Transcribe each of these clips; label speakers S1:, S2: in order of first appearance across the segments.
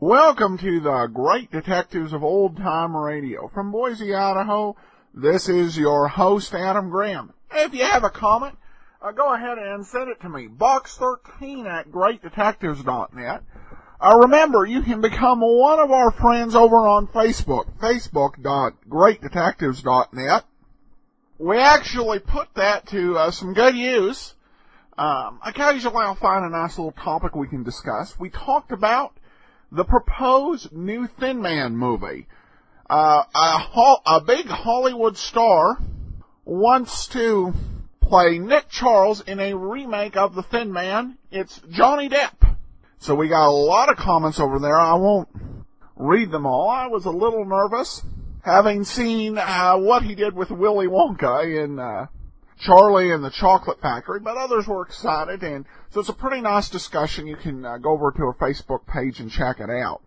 S1: Welcome to the Great Detectives of Old Time Radio. From Boise, Idaho, this is your host, Adam Graham. If you have a comment, uh, go ahead and send it to me. Box13 at greatdetectives.net. Uh, remember, you can become one of our friends over on Facebook, facebook.greatdetectives.net. We actually put that to uh, some good use. Um, occasionally I'll find a nice little topic we can discuss. We talked about the proposed new Thin Man movie. Uh, a, ho- a big Hollywood star wants to play Nick Charles in a remake of The Thin Man. It's Johnny Depp. So we got a lot of comments over there. I won't read them all. I was a little nervous having seen uh, what he did with Willy Wonka in uh, Charlie and the Chocolate Factory, but others were excited, and so it's a pretty nice discussion. You can uh, go over to our Facebook page and check it out.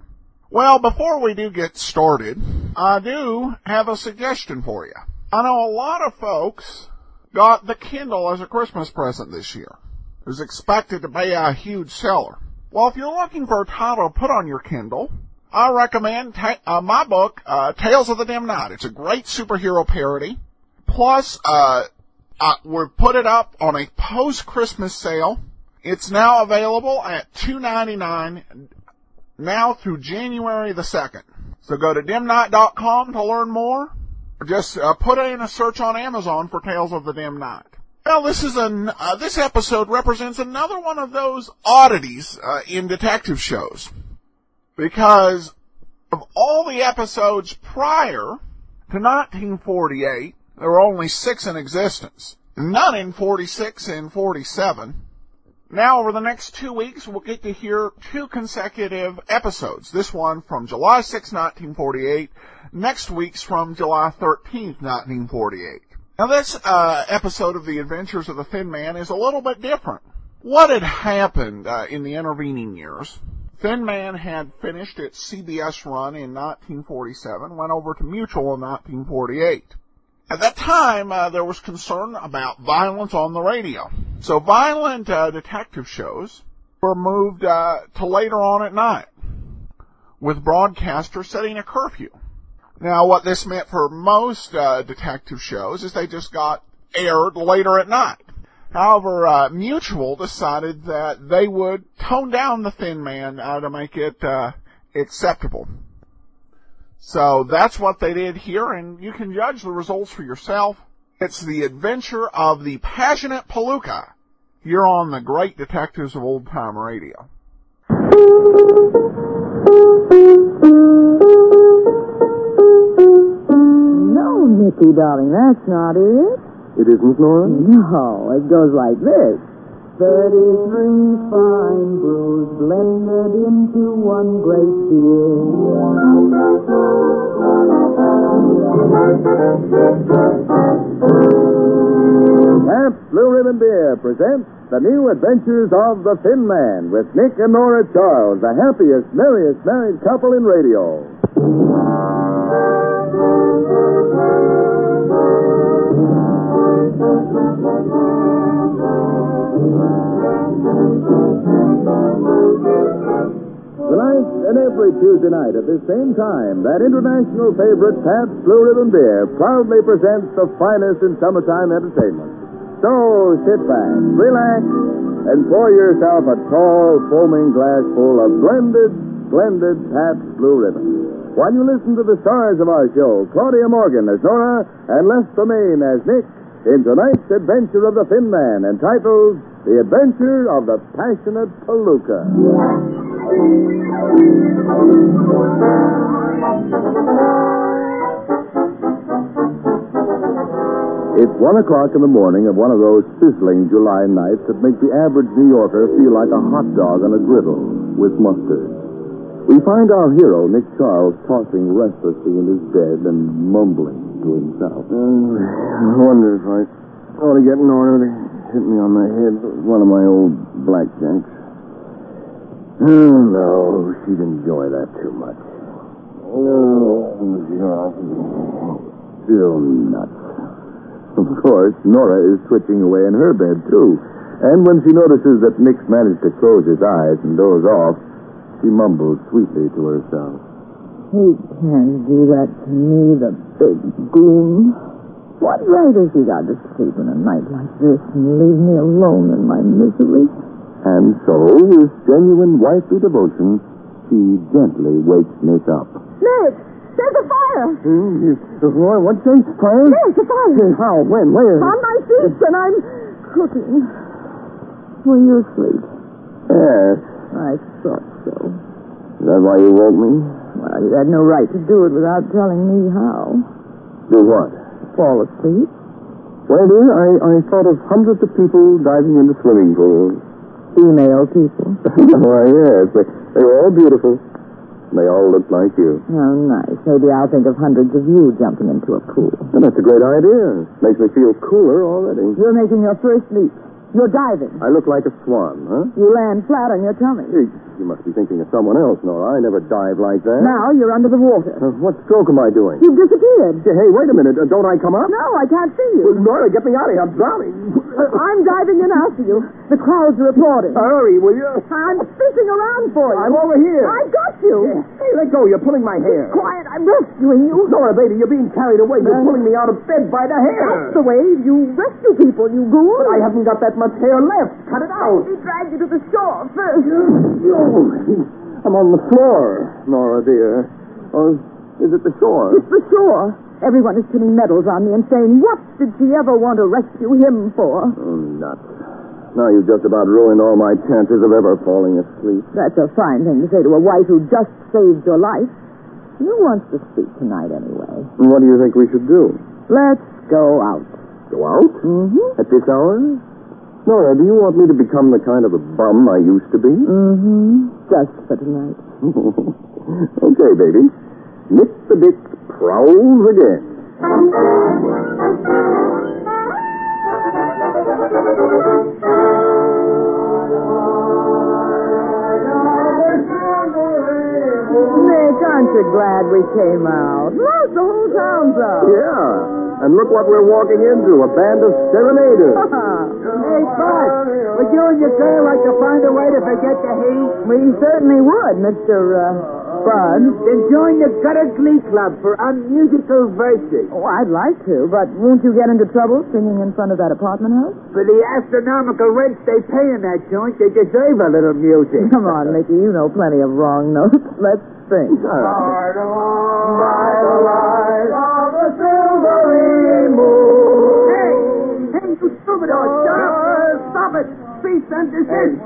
S1: Well, before we do get started, I do have a suggestion for you. I know a lot of folks got the Kindle as a Christmas present this year. It was expected to be a huge seller. Well, if you're looking for a title to put on your Kindle, I recommend ta- uh, my book, uh, Tales of the Dim Night. It's a great superhero parody. Plus, uh, uh, we've put it up on a post-Christmas sale. It's now available at $2.99 now through January the 2nd. So go to dimnight.com to learn more. Or Just uh, put in a search on Amazon for Tales of the Dim Night. Well, this is an uh, this episode represents another one of those oddities uh, in detective shows because of all the episodes prior to 1948, there were only six in existence. None in 46 and 47. Now, over the next two weeks, we'll get to hear two consecutive episodes. This one from July 6, 1948. Next week's from July 13, 1948. Now, this uh, episode of The Adventures of the Thin Man is a little bit different. What had happened uh, in the intervening years? Thin Man had finished its CBS run in 1947, went over to Mutual in 1948. At that time, uh, there was concern about violence on the radio. So violent uh, detective shows were moved uh, to later on at night, with broadcasters setting a curfew. Now, what this meant for most uh, detective shows is they just got aired later at night. However, uh, Mutual decided that they would tone down the Thin Man uh, to make it uh, acceptable. So that's what they did here, and you can judge the results for yourself. It's the adventure of the passionate Palooka. You're on the Great Detectives of Old Time Radio.
S2: No, Nicky, darling, that's not it.
S3: It isn't, Nora?
S2: No, it goes like this. Thirty-three fine brews blended into one great beer.
S3: Pabst Blue Ribbon Beer presents The New Adventures of the Thin Man with Nick and Nora Charles, the happiest, merriest married couple in radio. Tonight and every Tuesday night at this same time, that international favorite Pabst Blue Ribbon Beer proudly presents the finest in summertime entertainment. So sit back, relax, and pour yourself a tall, foaming glass full of blended, blended Pabst Blue Ribbon. While you listen to the stars of our show, Claudia Morgan as Nora and Lester Maine as Nick, in tonight's adventure of the Thin Man, entitled The Adventure of the Passionate Palooka. It's one o'clock in the morning of one of those sizzling July nights that make the average New Yorker feel like a hot dog on a griddle with mustard. We find our hero, Nick Charles, tossing restlessly in his bed and mumbling to himself. Mm, I wonder if I ought to get an order to hit me on the head with one of my old blackjacks. Oh, no, she'd enjoy that too much. Oh, yeah. Still nuts. Of course, Nora is twitching away in her bed, too. And when she notices that Nick's managed to close his eyes and doze off, She mumbled sweetly to herself.
S4: He can do that to me, the big goon. What right has he got to sleep in a night like this and leave me alone in my misery?
S3: And so, with genuine wifely devotion, she gently wakes Nick up.
S5: Nick, there's a fire.
S3: What's that? Fire?
S5: Yes, a fire.
S3: How? When? Where?
S5: On my feet, and I'm cooking. Will you sleep?
S3: Yes.
S4: I thought so.
S3: Is that why you woke me?
S4: Well, you had no right to do it without telling me how.
S3: Do what?
S4: Fall asleep?
S3: Well, dear, I, I thought of hundreds of people diving into swimming pools.
S4: Female people.
S3: Why, yes. They, they were all beautiful. They all looked like you.
S4: How nice. Maybe I'll think of hundreds of you jumping into a pool.
S3: Well, that's a great idea. Makes me feel cooler already.
S4: You're making your first leap. You're diving.
S3: I look like a swan, huh?
S4: You land flat on your tummy.
S3: You, you must be thinking of someone else, Nora. I never dive like that.
S4: Now you're under the water.
S3: Uh, what stroke am I doing?
S5: You've disappeared.
S3: Hey, wait a minute. Uh, don't I come up?
S5: No, I can't see
S3: Well,
S5: you.
S3: Nora, get me out of here. I'm drowning. Uh,
S5: I'm diving in after you. The crowd's are applauding.
S3: Hurry, will you?
S5: I'm fishing around for you.
S3: I'm over here.
S5: I got you.
S3: Hey, let go. You're pulling my hair.
S5: Quiet, I'm rescuing you. Uh,
S3: Nora, baby, you're being carried away. You're pulling me out of bed by the hair.
S5: That's the way you rescue people, you goon.
S3: I haven't got that much hair left. Cut it out.
S5: He dragged you to the shore first.
S3: Oh, I'm on the floor, Nora, dear. Or is it the shore?
S5: It's the shore. Everyone is pinning medals on me and saying, what did she ever want to rescue him for?
S3: Oh, nuts. Now you've just about ruined all my chances of ever falling asleep.
S4: That's a fine thing to say to a wife who just saved your life. Who wants to speak tonight anyway?
S3: What do you think we should do?
S4: Let's go out.
S3: Go out?
S4: Mm-hmm.
S3: At this hour? Nora, do you want me to become the kind of a bum I used to be?
S4: Mm-hmm. Just for tonight.
S3: okay, baby. Nick the Dick prowls again.
S4: Nick, aren't you glad we came out? Look, the whole town's out.
S3: Yeah. And look what we're walking into a band of serenaders.
S4: hey, Bud, would you and your girl like to find a way to forget the heat? We certainly would, Mr. Uh, Bud. Then join the Gutter Glee Club for unmusical verses. Oh, I'd like to, but won't you get into trouble singing in front of that apartment house?
S6: For the astronomical rents they pay in that joint, they deserve a little music.
S4: Come on, Mickey, you know plenty of wrong notes. Let's sing.
S3: All right.
S6: Hey, hey, you troubadour, stop! Stop it! Cease and desist!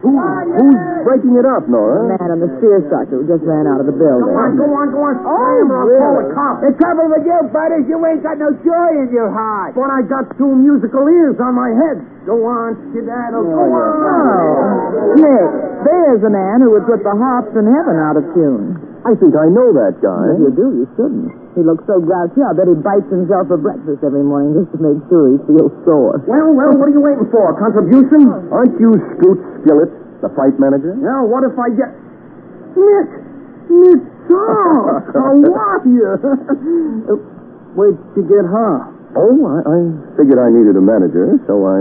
S3: Who, who's breaking it up,
S4: The
S3: Nora?
S4: man on the seersucker who just ran out of the building. Oh,
S6: Go on, go on, go on. Slam or I'll call the cops.
S4: The trouble with you,
S6: But if you ain't got no joy in your heart.
S4: But I got two musical ears on my head.
S6: Go on, skedaddle, go on.
S4: Oh, Nick, there's a man who would put the harps in heaven out of tune.
S3: I think I know that
S4: If
S3: guy.
S4: you do, you shouldn't. He looks so grouchy, I bet he bites himself for breakfast every morning just to make sure he feels sore.
S6: Well, well, what are you waiting for? Contribution?
S3: Aren't you Scoot Skillet, the fight manager?
S6: Now, what if I get... Nick! Nick Charles! How are Oh, you? Where'd you get her?
S3: Oh, I, I figured I needed a manager, so I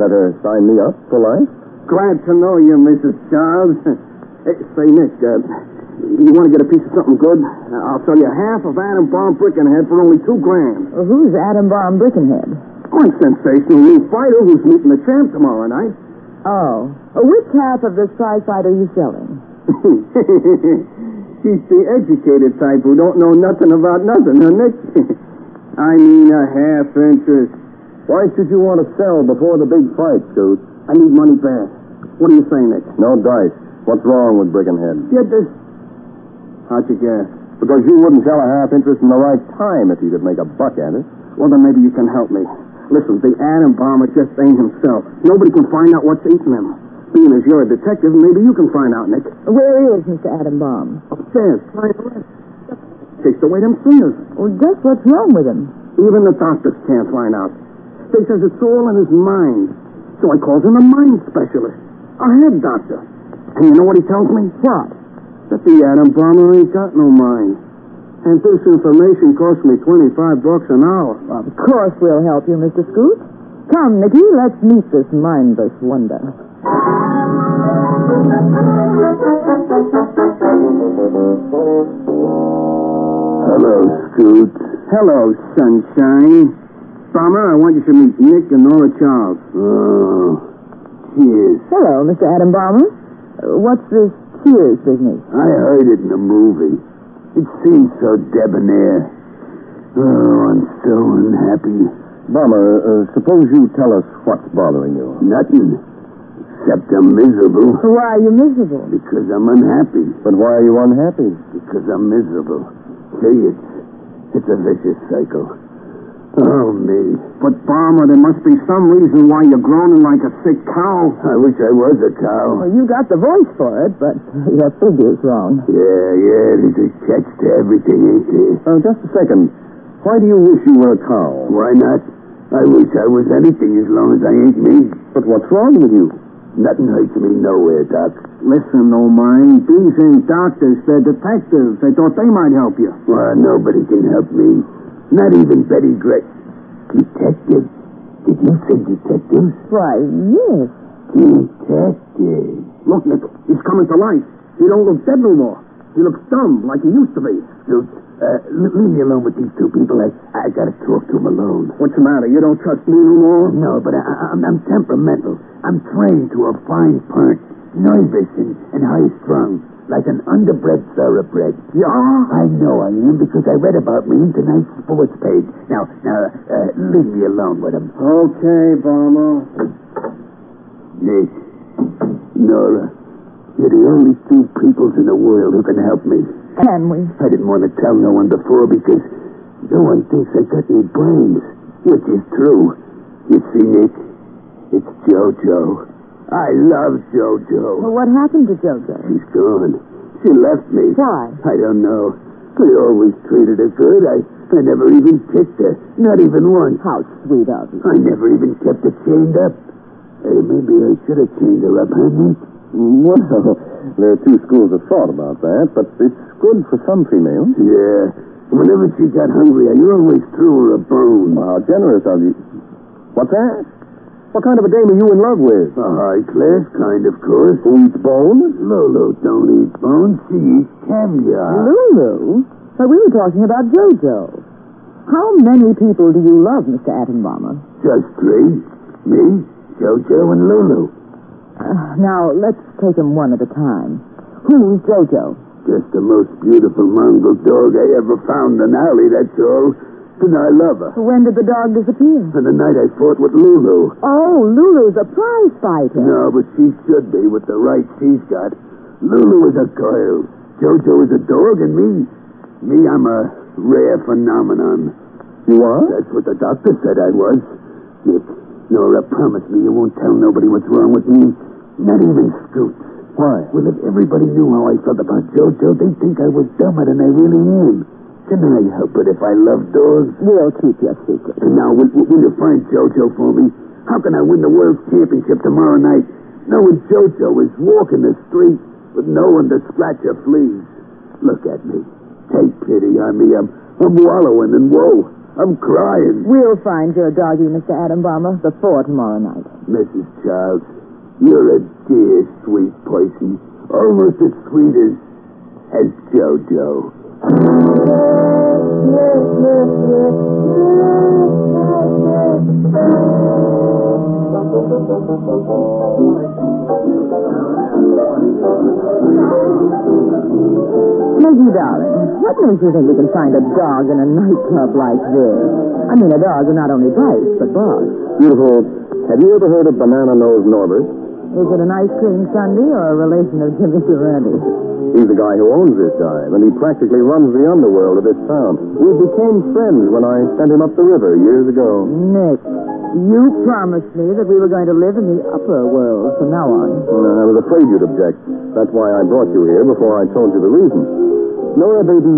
S3: let her sign me up for life.
S6: Glad to know you, Mrs. Charles. Hey, say, Nick, uh, you want to get a piece of something good? I'll sell you half of Adam Bomb Brickenhead for only two grand.
S4: Well, who's Adam Bomb Brickenhead?
S6: One sensational new fighter who's meeting the champ tomorrow night.
S4: Oh. Which half of this prize fight are you selling?
S6: She's the educated type who don't know nothing about nothing, huh, Nick? I mean a half interest.
S3: Why should you want to sell before the big fight, Scoot?
S6: I need money back. What do you say, Nick?
S3: No dice. What's wrong with Brickenhead?
S6: Get this. How'd you guess?
S3: Because you wouldn't sell a half interest in the right time if you could make a buck at it.
S6: Well, then maybe you can help me. Listen, the atom bomber just ain't himself. Nobody can find out what's eating him. Being as you're a detective, maybe you can find out, Nick.
S4: Where is Mr. Adam Bomb?
S6: Upstairs, try to rest. Takes away them fingers.
S4: Well, just what's wrong with him?
S6: Even the doctors can't find out. They says it's all in his mind. So I calls him a mind specialist, a head doctor. And you know what he tells me?
S4: What?
S6: That the atom bomber ain't got no mind. And this information cost me 25 bucks an hour.
S4: Well, of course we'll help you, Mr. Scoot. Come, Nicky, let's meet this mindless wonder.
S3: Hello, Scoot. Hello, Sunshine. Bomber, I want you to meet Nick and Nora Charles. Oh, cheers.
S4: Hello, Mr. Adam Balmer. What's this cheers business?
S3: I heard it in the movie. It seemed so debonair. Oh, I'm so unhappy.
S7: Bomber, uh, suppose you tell us what's bothering you.
S3: Nothing. Except I'm miserable.
S4: Why are you miserable?
S3: Because I'm unhappy.
S7: But why are you unhappy?
S3: Because I'm miserable. See, it's, it's a vicious cycle. Oh, me. But, Bomber, there must be some reason why you're groaning like a sick cow. I wish I was a cow.
S4: Well, you got the voice for it, but your figure's wrong.
S3: Yeah, yeah, there's a catch to everything, ain't there?
S7: Uh, just a second. Why do you wish you were a cow?
S3: Why not? I wish I was anything as long as I ain't me.
S7: But what's wrong with you?
S3: Nothing hurts me nowhere, Doc.
S8: Listen, old mine. These ain't doctors. They're detectives. I thought they might help you.
S3: Well, nobody can help me. Not even Betty Gray. Detective? Did you say detectives?
S4: Why, yes.
S3: Detectives.
S8: Look, Nick. He's coming to life. He don't look dead no more. He looks dumb, like he used to be.
S3: Dude, uh, l- leave me alone with these two people. I, I gotta talk to them alone.
S8: What's the matter? You don't trust me no more?
S3: No, but I, I'm, I'm temperamental. I'm trained to a fine point, nervous and, and high strung, like an underbred thoroughbred.
S8: You are?
S3: I know I am because I read about me in tonight's sports page. Now, now, uh, leave me alone with him.
S8: Okay, Bomber.
S3: Nick, Nora, you're the only two peoples in the world who can help me.
S4: Can we?
S3: I didn't want to tell no one before because no one thinks I got any brains, which is true. You see, Nick, it's JoJo. I love JoJo.
S4: Well, what happened to JoJo?
S3: She's gone. She left me.
S4: Why?
S3: I don't know. I always treated her good. I, I never even kissed her. Not even once.
S4: How sweet of you.
S3: I never even kept her chained up. Hey, maybe I should have chained her up, huh, Nick?
S7: Well, there are two schools of thought about that, but it's good for some females.
S3: Yeah. Whenever she got hungry, I always threw her a bone.
S7: How generous of you. What's that? What kind of a dame are you in love with?
S3: A high class kind, of course.
S7: Who eats bone?
S3: Lolo don't eat bones. She eats caviar.
S4: Lulu? But we were talking about JoJo. How many people do you love, Mr. Attenbomber?
S3: Just three. Me, JoJo, and Lulu.
S4: Uh, now, let's take them one at a time. Who's JoJo?
S3: Just the most beautiful mongrel dog I ever found in alley, that's all. And I love her.
S4: When did the dog disappear?
S3: And the night I fought with Lulu.
S4: Oh, Lulu's a prize fighter.
S3: No, but she should be with the right she's got. Lulu is a girl. Jojo is a dog, and me, me, I'm a rare phenomenon.
S7: You are?
S3: That's what the doctor said I was. Nick, Nora, promise me you won't tell nobody what's wrong with me. Not even Scoot.
S7: Why?
S3: Well, if everybody knew how I felt about Jojo, they'd think I was dumber than I really am. Can I help it if I love dogs?
S4: We'll keep your secret.
S3: And now, will, will will you find JoJo for me? How can I win the World Championship tomorrow night knowing JoJo is walking the street with no one to scratch her fleas? Look at me. Take pity on me. I'm, I'm wallowing in woe. I'm crying.
S4: We'll find your doggy, Mr. Attenbomber, before tomorrow night.
S3: Mrs. Childs, you're a dear, sweet person. Almost as sweet as, as JoJo.
S4: Maggie, darling, what makes you think you can find a dog in a nightclub like this? I mean, a dog who not only bites, but barks.
S7: Beautiful. Have you ever heard of Banana Nose Norbert?
S4: Is it an ice cream sundae or a relation of Jimmy Durante?
S7: He's the guy who owns this dive, and he practically runs the underworld of this town. We became friends when I sent him up the river years ago.
S4: Nick, you promised me that we were going to live in the upper world from now on.
S7: And I was afraid you'd object. That's why I brought you here before I told you the reason. Nora, baby,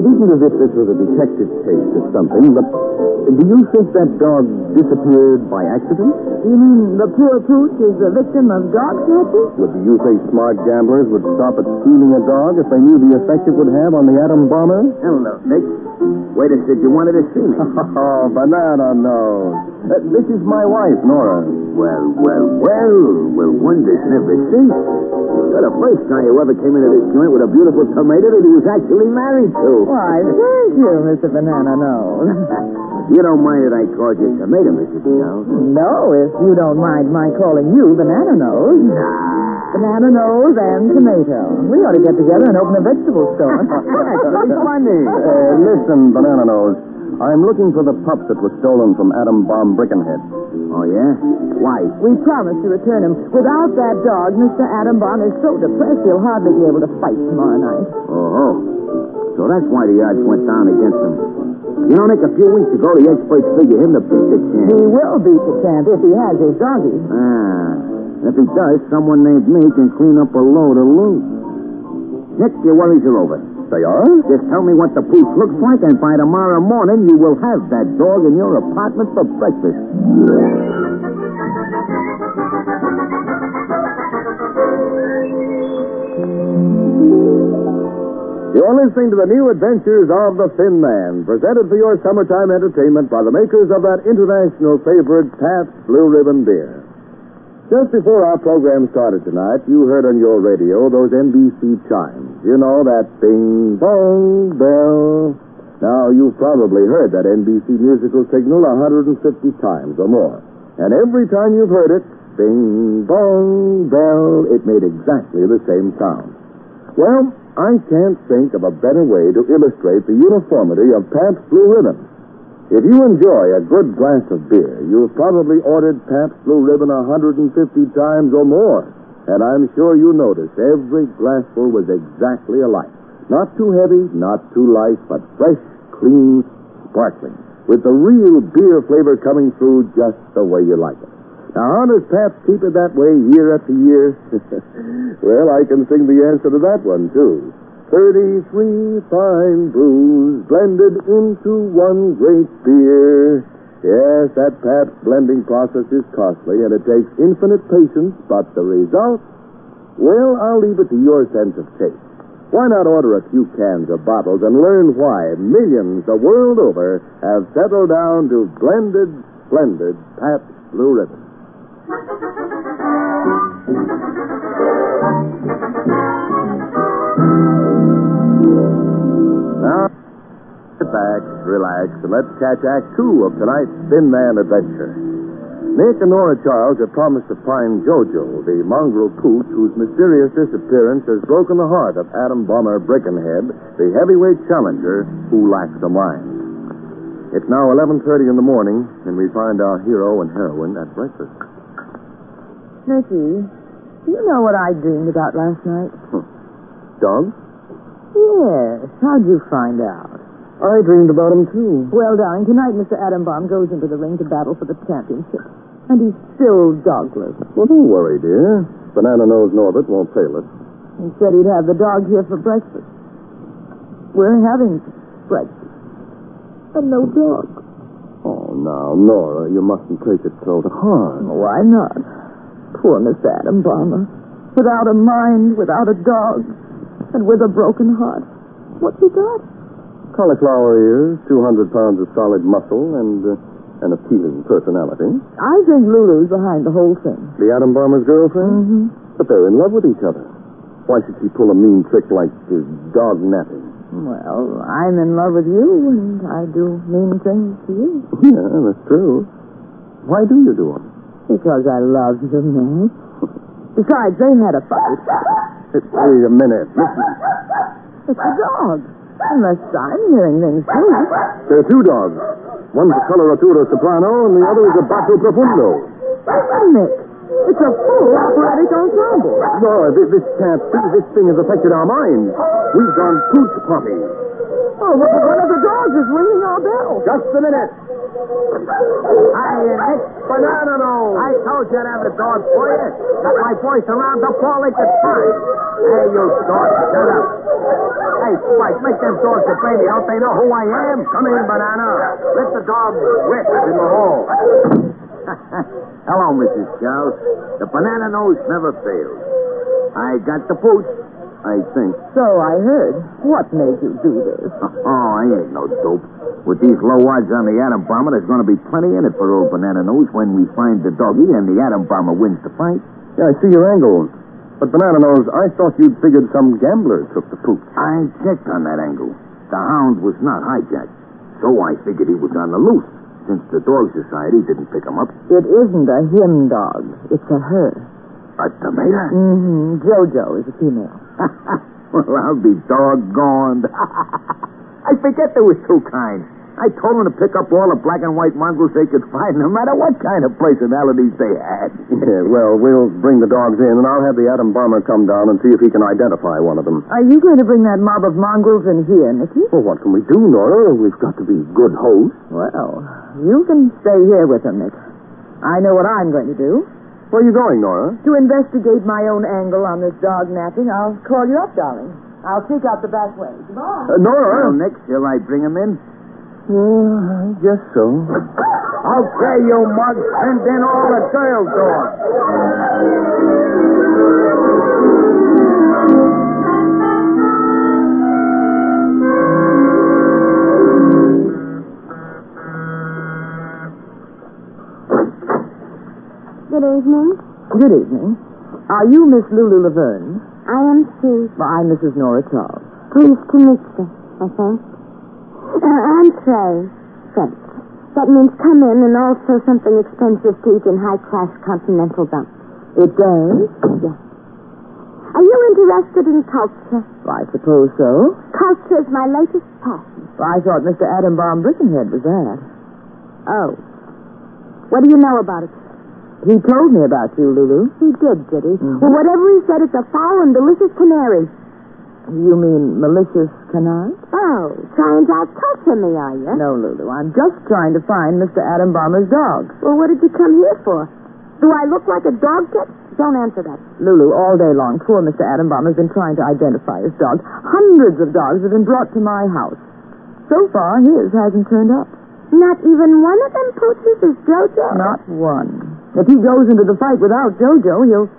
S7: it isn't as if this was a detective case or something, but do you think that dog disappeared by accident?
S4: You mean the poor pooch is the victim of dog snatching?
S7: Well, do you think smart gamblers would stop at stealing a dog if they knew the effect it would have on the atom bomber?
S3: Hello, Nick. Waiter said you wanted to see me.
S7: Oh, banana nose.
S3: Uh, this is my wife, Nora.
S9: Well, well, well, well, wonders never cease. You're the first guy who ever came into this joint with a beautiful tomato that he was actually married to.
S3: Oh.
S4: Why, thank you, Mr. Banana Nose.
S9: You don't mind that I called you tomato, Mrs. Jones?
S4: No, if you don't mind my calling you Banana Nose. Banana Nose and Tomato. We ought to get together and open a vegetable store.
S9: It's funny.
S3: Uh, listen, Banana Nose. I'm looking for the pup that was stolen from Adam Bomb Brickenhead.
S9: Oh, yeah? Why?
S4: we promised to return him. Without that dog, Mr. Adambaum is so depressed he'll hardly be able to fight tomorrow night.
S3: Uh-huh.
S9: Oh, oh. So that's why the odds went down against him. You know, Nick, a few weeks ago, the experts figure him to beat the chance.
S4: He will beat the champ if he has his doggie.
S9: Ah, if he does, someone named me can clean up a load of loot. Nick, your worries are over.
S3: They are?
S9: Just tell me what the pooch looks like, and by tomorrow morning, you will have that dog in your apartment for breakfast.
S3: You're listening to the new adventures of the Thin Man, presented for your summertime entertainment by the makers of that international favorite, Pabst Blue Ribbon Beer. Just before our program started tonight, you heard on your radio those NBC chimes. You know, that bing bong bell. Now, you've probably heard that NBC musical signal 150 times or more. And every time you've heard it, bing bong bell, it made exactly the same sound. Well, I can't think of a better way to illustrate the uniformity of Pabst Blue Ribbon. If you enjoy a good glass of beer, you've probably ordered Pabst Blue Ribbon 150 times or more. And I'm sure you noticed every glassful was exactly alike. Not too heavy, not too light, but fresh, clean, sparkling. With the real beer flavor coming through just the way you like it. Now, how does Pabst keep it that way year after year? well, I can sing the answer to that one, too. 33 fine brews blended into one great beer. Yes, that Pabst blending process is costly and it takes infinite patience, but the result? Well, I'll leave it to your sense of taste. Why not order a few cans or bottles and learn why millions the world over have settled down to blended, splendid Pabst Blue Ribbon? Now, sit back, relax, and let's catch Act Two of tonight's Thin Man Adventure. Nick and Nora Charles have promised to find Jojo, the mongrel pooch whose mysterious disappearance has broken the heart of Adam Bomber Brickenhead, the heavyweight challenger who lacks a mind. It's now 11.30 in the morning, and we find our hero and heroine at breakfast.
S4: Nicky, do you know what I dreamed about last night?
S3: Doug?
S4: Yes. How'd you find out?
S3: I dreamed about him, too.
S4: Well, darling, tonight Mr. Adambaum goes into the ring to battle for the championship. And he's still dogless.
S3: Well, don't worry, dear. Banana Nose Norbert won't fail us.
S4: He said he'd have the dog here for breakfast. We're having breakfast. And no dog.
S3: Oh, now, Nora, you mustn't take it so to heart.
S4: Oh, Why not? Poor Miss Adam Bomber. Without a mind, without a dog, and with a broken heart. What's he got?
S3: Cauliflower ears, 200 pounds of solid muscle, and uh, an appealing personality.
S4: I think Lulu's behind the whole thing.
S3: The Adam Bomber's girlfriend?
S4: Mm-hmm.
S3: But they're in love with each other. Why should she pull a mean trick like uh, dog napping?
S4: Well, I'm in love with you, and I do mean things to you.
S3: Yeah, that's true. Why do you do them?
S4: Because I love you, man. Besides, they had a fight.
S3: Wait a minute. Listen.
S4: It's a dog. Unless I'm hearing things too.
S3: There are two dogs. One's a coloratura soprano, and the other is a basso profundo.
S4: Nick, it's a full operatic ensemble.
S3: Nora, this, this can't be. This thing has affected our minds. We've gone pooch poppy.
S4: Oh, well, one of the dogs is ringing our bell.
S3: Just a minute.
S9: Hi, Nick.
S3: Banana nose.
S9: I told you I'd have a dog for you. Got my voice around the ball like a time. Hey, you dog, shut up. Hey, Spike, make them dogs obey me. Don't they know who I am? Come in, Banana. Let the dog rest in the hall. Hello, Mrs. Charles. The banana nose never fails. I got the pooch. I think.
S4: So I heard. What made you do this?
S9: Oh, I ain't no dope. With these low odds on the atom bomber, there's going to be plenty in it for old Banana Nose when we find the doggy and the atom bomber wins the fight.
S3: Yeah, I see your angle. But, Banana Nose, I thought you'd figured some gambler took the poop.
S9: I checked on that angle. The hound was not hijacked, so I figured he was on the loose since the Dog Society didn't pick him up.
S4: It isn't a him dog. It's a her.
S9: A tomato?
S4: Mm-hmm. Jojo is a female.
S9: well, I'll be doggoned. I forget there was two kinds. I told them to pick up all the black and white mongrels they could find, no matter what kind of personalities they had.
S3: Yeah, well, we'll bring the dogs in, and I'll have the atom bomber come down and see if he can identify one of them.
S4: Are you going to bring that mob of mongrels in here, Nicky?
S3: Well, what can we do, Nora? We've got to be good hosts.
S4: Well, you can stay here with them, Nick. I know what I'm going to do.
S3: Where are you going, Nora?
S4: To investigate my own angle on this dog napping, I'll call you up, darling. I'll take out the back way.
S3: Uh,
S4: Goodbye.
S9: Well,
S3: Nora?
S9: Nick, shall I bring him in?
S3: Yeah, I guess so.
S9: Okay, you mug. Send in all the girl dogs.
S10: Good evening.
S4: Good evening. Are you Miss Lulu Laverne?
S10: I am Sue.
S4: Well, I'm Mrs. Nora Charles.
S10: Pleased to meet you, I think. Uh, entree, French. That means come in and also something expensive to eat in high-class continental dump.
S4: It does?
S10: Yes. Are you interested in culture?
S4: I suppose so.
S10: Culture is my latest passion.
S4: Well, I thought Mr. Adam Bomb Brickenhead was that.
S10: Oh. What do you know about it?
S4: He told me about you, Lulu.
S10: He did, did he?
S4: Mhm.
S10: Well, whatever he said, it's a foul and delicious canary.
S4: You mean malicious canard?
S10: Oh, trying to out-culture me, are you?
S4: No, Lulu. I'm just trying to find Mr. Adam Bomber's dog.
S10: Well, what did you come here for? Do I look like a dog tit? Don't answer that.
S4: Lulu, all day long, poor Mr. Adam Bomber's been trying to identify his dog. Hundreds of dogs have been brought to my house. So far, his hasn't turned up.
S10: Not even one of them poachers is Jojo.
S4: Not one. If he goes into the fight without Jojo, he'll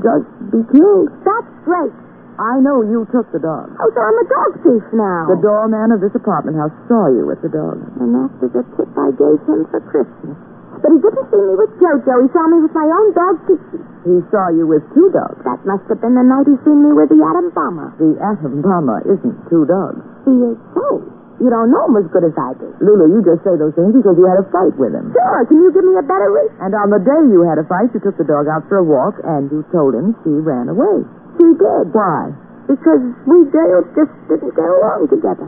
S4: just be killed.
S10: That's great.
S4: I know you took the dog.
S10: Oh, so I'm a dog thief now.
S4: The doorman of this apartment house saw you with the dog.
S10: And after the tip I gave him for Christmas. But he didn't see me with Jojo. He saw me with my own dog, Tiki.
S4: He saw you with two dogs.
S10: That must have been the night he seen me with the atom bomber.
S4: The atom bomber isn't two dogs.
S10: He is so. You don't know him as good as I do.
S4: Lulu, you just say those things because you had a fight with him.
S10: Sure, can you give me a better reason?
S4: And on the day you had a fight, you took the dog out for a walk and you told him she ran away.
S10: She did.
S4: Why?
S10: Because we girls just didn't get along together.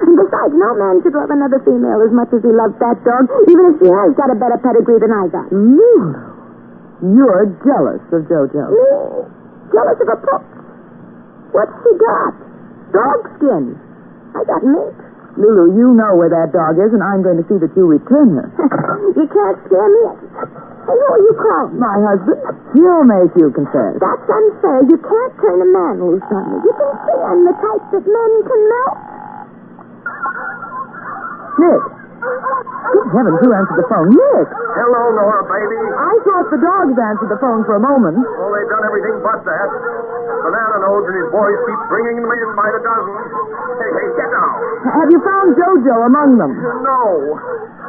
S10: And besides, no man should love another female as much as he loves that dog, even if she has got a better pedigree than I got.
S4: Lulu, you're jealous of Jojo.
S10: Me? Jealous of a book? What's she got? Dog skin. I got meat.
S4: Lulu, you know where that dog is, and I'm going to see that you return her.
S10: you can't scare me. Hey, who are you calling?
S4: My husband, he'll make you confess.
S10: That's unfair. You can't turn a man loose on me. You can see I'm the type that men can melt.
S4: Nick. Good heavens, who answered the phone? Nick!
S3: Hello, Nora, baby.
S4: I thought the dogs answered the phone for a moment.
S3: Well, Oh, they've done everything but that. Banana Nose and his boys keep bringing them in by the dozen. Hey, hey, get down.
S4: Have you found Jojo among them?
S3: No.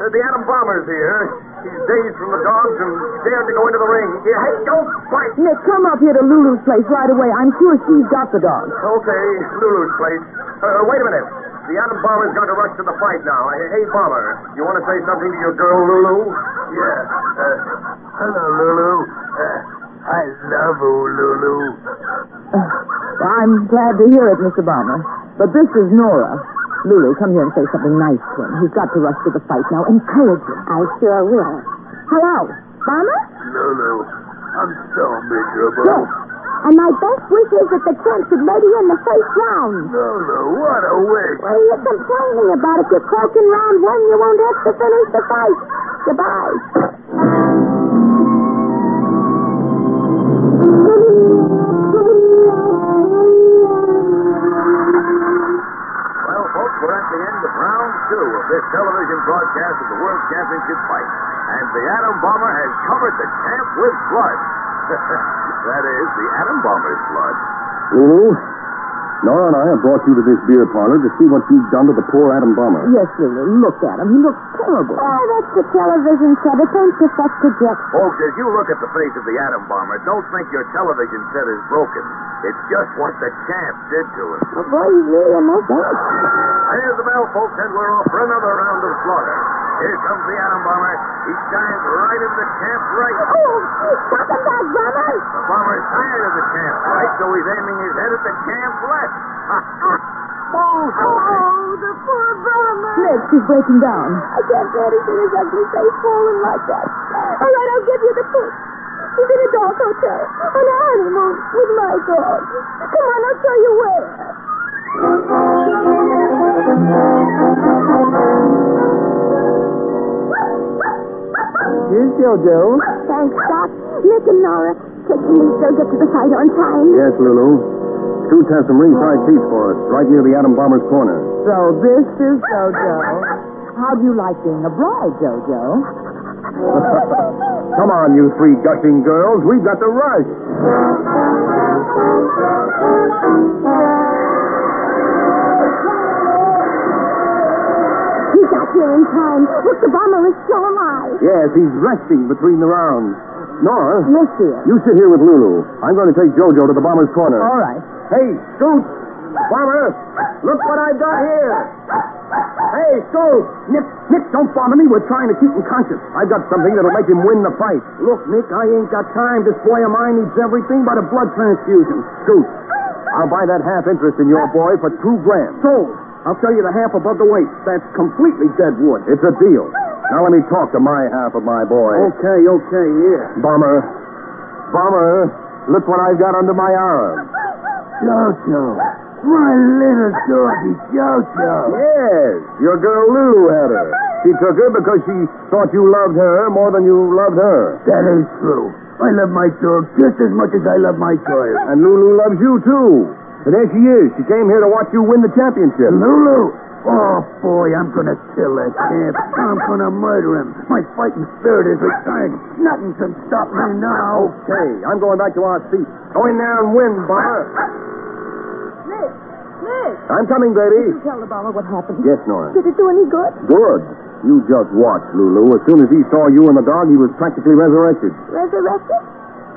S3: Uh, The atom bomber's here. He's dazed from the dogs and dared to go into the ring. Yeah, hey, don't fight.
S4: Nick, come up here to Lulu's place right away. I'm sure she's got the dog.
S3: Okay, Lulu's place. Uh, wait a minute. The atom bomber's got to rush to the fight now. Hey, Hey, bomber, you want to say something to your girl, Lulu?
S9: Yeah. Uh, hello, Lulu. Uh, I love old Lulu.
S4: I'm glad to hear it, Mr. Balmer. But this is Nora. Lulu, come here and say something nice to him. He's got to rush to the fight now. Encourage him.
S10: I sure will. Hello, Mama?
S9: Lulu, I'm so miserable.
S10: Yes. And my best wish is that the champ should lady in the first round.
S9: Lulu, what a wish.
S10: What are you complaining about? If you're croaking round one, you won't have to finish the fight. Goodbye.
S9: Well, folks, we're at the end of round two of this television broadcast of the World Championship fight. And the Atom Bomber has covered the champ with blood. that is, the Atom Bomber's blood.
S3: Lulu, Nora and I have brought you to this beer parlor to see what you've done to the poor Adam Bomber.
S4: Yes, Lily, look at him. He looks terrible.
S10: Oh, that's the television set. It don't just that's the jet.
S9: Folks, as you look at the face of the atom bomber, don't think your television set is broken. It's just what the champ did to us.
S10: Oh, boy, he's really a mess.
S9: Here's the bell, folks, and we're off for another round of slaughter. Here comes the atom bomber. He dives right into the champ's right.
S10: Oh, stop him, Dad, Drummer.
S9: The bomber's tired of the champ's right, so he's aiming his head at the champ's left. Balls!
S10: Oh, the poor Drummer.
S4: Nick, she's breaking down.
S10: I can't bear to see his ugly face falling like that. All right, I'll give you the food. He's in a dog hotel on a honeymoon with my dog. Come on, I'll tell you where.
S4: Here's Jojo.
S10: Thanks, Doc. Nick and Nora, take these. They'll get to the fight on time.
S3: Yes, Lulu. Toots has some ringside seats for us, right near the atom bomber's corner.
S4: So this is Jojo. How do you like being a bride, Jojo?
S3: Come on, you three gushing girls. We've got to rush.
S10: He got here in time. Look, the bomber is still alive.
S3: Yes, he's resting between the rounds. Nora,
S4: Yes, dear.
S3: you sit here with Lulu. I'm going to take Jojo to the bomber's corner.
S4: All right.
S3: Hey, Scoot! Bomber! Look what I got here! Hey, Scoot! Nick, Nick, don't bother me. We're trying to keep him conscious. I've got something that'll make him win the fight. Look, Nick, I ain't got time. This boy of mine needs everything but a blood transfusion. Scoot, I'll buy that half interest in your boy for two grand. Sold. I'll sell you the half above the weight. That's completely dead wood. It's a deal. Now let me talk to my half of my boy.
S11: Okay, okay, yeah.
S3: Bomber. Bomber, look what I've got under my arm.
S9: Jojo. My little doggy Jojo.
S3: Yes, your girl Lou had her. She took her because she thought you loved her more than you loved her.
S9: That ain't true. I love my dog just as much as I love my toy.
S3: And Lulu loves you, too. And there she is. She came here to watch you win the championship.
S9: Lulu! Oh, boy, I'm gonna kill that champ. I'm gonna murder him. My fighting spirit is exciting. Nothing can stop me now.
S3: Okay, I'm going back to our seat. Go in there and win, Bomber.
S10: Nick, Nick.
S3: I'm coming, baby.
S4: Tell the bomber what happened.
S3: Yes, Nora.
S10: Did it do any good?
S3: Good. You just watch, Lulu. As soon as he saw you and the dog, he was practically resurrected.
S10: Resurrected?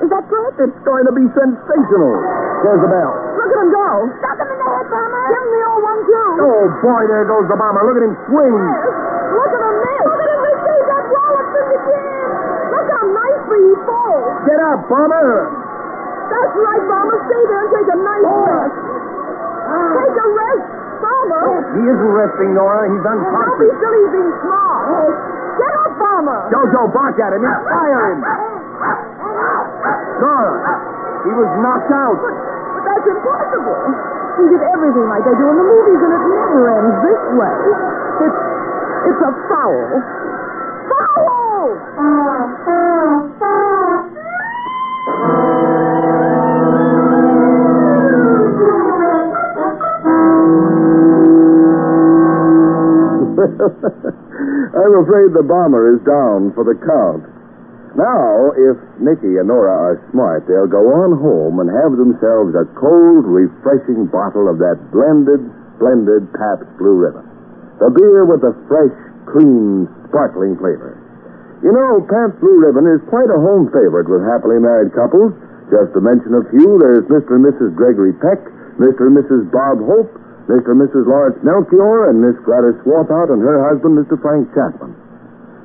S10: Is that good?
S3: It's going to be sensational. There's the bell.
S4: Look at him go.
S10: Stop him in the head, Bomber. Give him the old one, too.
S3: Oh, boy, there goes the Bomber. Look at him swing.
S10: Look at him, Nick. Oh. Look at him receive that wallet from the gym. Look how nicely he falls.
S3: Get up, Bomber.
S10: That's right, Bomber. Stay there and take a nice rest. Take a rest, Bomber.
S3: He isn't resting, Nora. He's
S10: Don't be
S3: unconscious.
S10: silly being smart. Get up, Oh, Bomber.
S3: Jojo, bark at him. Inspire him. Nora, he was knocked out.
S4: But that's impossible. He did everything like they do in the movies, and it never ends this way. It's, it's a foul.
S10: Foul!
S3: I'm afraid the bomber is down for the count. Now, if Nicky and Nora are smart, they'll go on home and have themselves a cold, refreshing bottle of that blended, splendid Pabst Blue Ribbon. The beer with the fresh, clean, sparkling flavor. You know, Pabst Blue Ribbon is quite a home favorite with happily married couples. Just to mention a few, there's Mr. and Mrs. Gregory Peck, Mr. and Mrs. Bob Hope, Mr. and Mrs. Lawrence Melchior, and Miss Gladys Swarthout and her husband, Mr. Frank Chapman.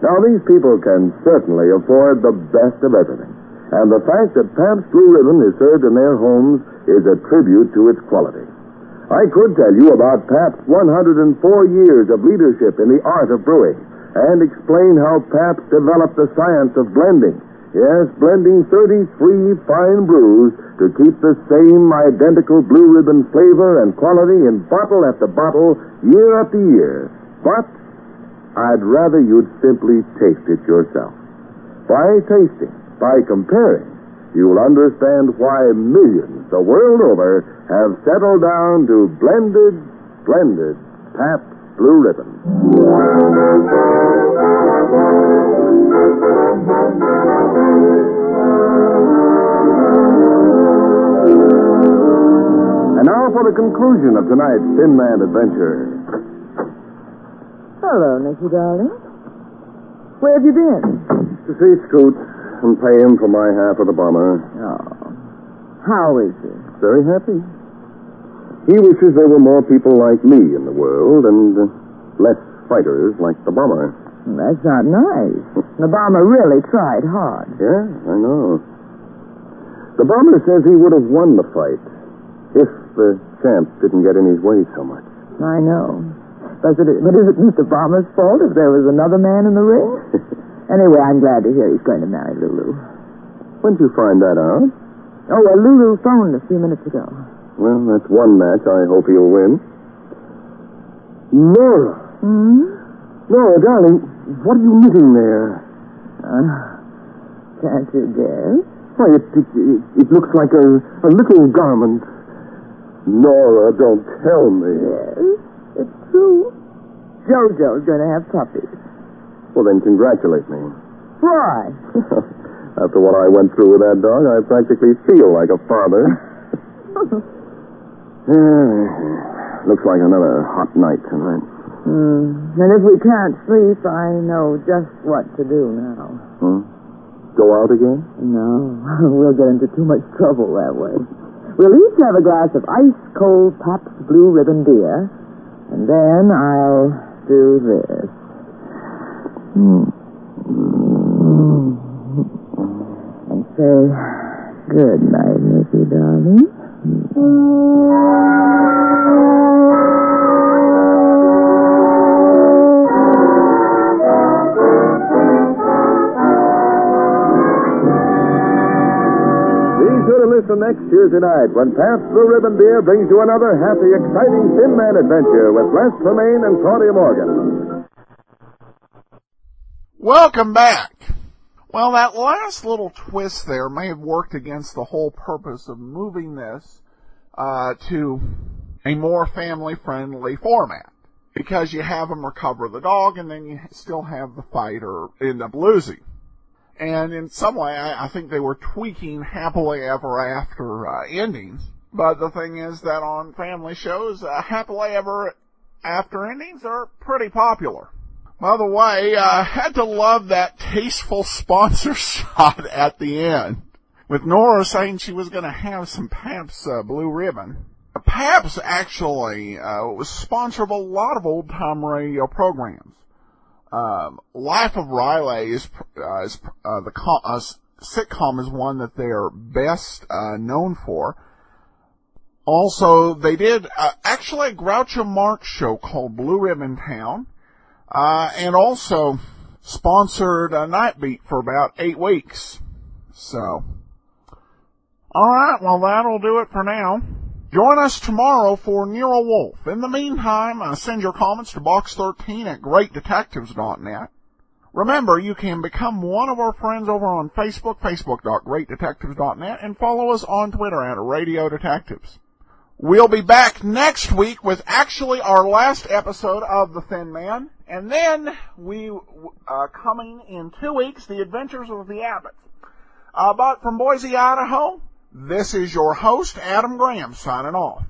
S3: Now, these people can certainly afford the best of everything. And the fact that Pabst Blue Ribbon is served in their homes is a tribute to its quality. I could tell you about Pabst's 104 years of leadership in the art of brewing and explain how Pabst developed the science of blending. Yes, blending 33 fine brews to keep the same identical blue ribbon flavor and quality in bottle after bottle, year after year. But I'd rather you'd simply taste it yourself. By tasting, by comparing, you'll understand why millions the world over have settled down to blended, blended Pabst Blue Ribbon. And And now for the conclusion of tonight's Thin Man adventure.
S4: Hello, Nicky, darling. Where have you been?
S3: To see Scoot and pay him for my half of the bomber.
S4: Oh. How is he?
S3: Very happy. He wishes there were more people like me in the world and uh, less fighters like the bomber.
S4: That's not nice. The bomber really tried hard.
S3: Yeah, I know. The bomber says he would have won the fight if the champ didn't get in his way so much.
S4: I know. But it, but is it the bomber's fault if there was another man in the ring? Anyway, I'm glad to hear he's going to marry Lulu.
S3: When'd you find that out?
S4: Oh, well, Lulu phoned a few minutes ago.
S3: Well, that's one match I hope he'll win. Nora!
S4: Hmm?
S3: Nora, darling, what are you knitting there?
S4: Uh, can't you guess?
S3: Why, it, it, it, it looks like a, a little garment. Nora, don't tell me.
S4: Yes, it's true. Jojo's going to have puppies.
S3: Well, then congratulate me.
S4: Why?
S3: After what I went through with that dog, I practically feel like a father. Yeah, looks like another hot night tonight.
S4: Hmm. And if we can't sleep, I know just what to do now.
S3: Hmm? Go out again?
S4: No, we'll get into too much trouble that way. We'll each have a glass of ice cold Pabst Blue Ribbon beer, and then I'll do this. Hmm. And say good night, Nicky, darling.
S3: Be sure to listen next Tuesday night when Pabst Blue Ribbon Beer brings you another happy, exciting Thin Man adventure with Les Tremaine and Claudia Morgan.
S1: Welcome back. Well, that last little twist there may have worked against the whole purpose of moving this uh, to a more family-friendly format because you have them recover the dog and then you still have the fighter end up losing. And in some way, I, I think they were tweaking happily ever after uh, endings. But the thing is that on family shows, uh, happily ever after endings are pretty popular. By the way, uh, I had to love that tasteful sponsor shot at the end with Nora saying she was going to have some Pabst uh, Blue Ribbon. Pabst actually uh, was sponsor of a lot of old time radio programs. Um, Life of Riley is, uh, is uh, the com- uh, s- sitcom is one that they're best uh, known for. Also, they did uh, actually a Groucho Marx show called Blue Ribbon Town uh, and also sponsored a night beat for about eight weeks. So, all right, well that'll do it for now. Join us tomorrow for Nero Wolf. In the meantime, uh, send your comments to box13 at greatdetectives.net. Remember, you can become one of our friends over on Facebook, facebook.greatdetectives.net, and follow us on Twitter at Radio Detectives. We'll be back next week with actually our last episode of The Thin Man. And then we, uh, coming in two weeks, The Adventures of the Abbott. Uh, but from Boise, Idaho, this is your host, Adam Graham, signing off.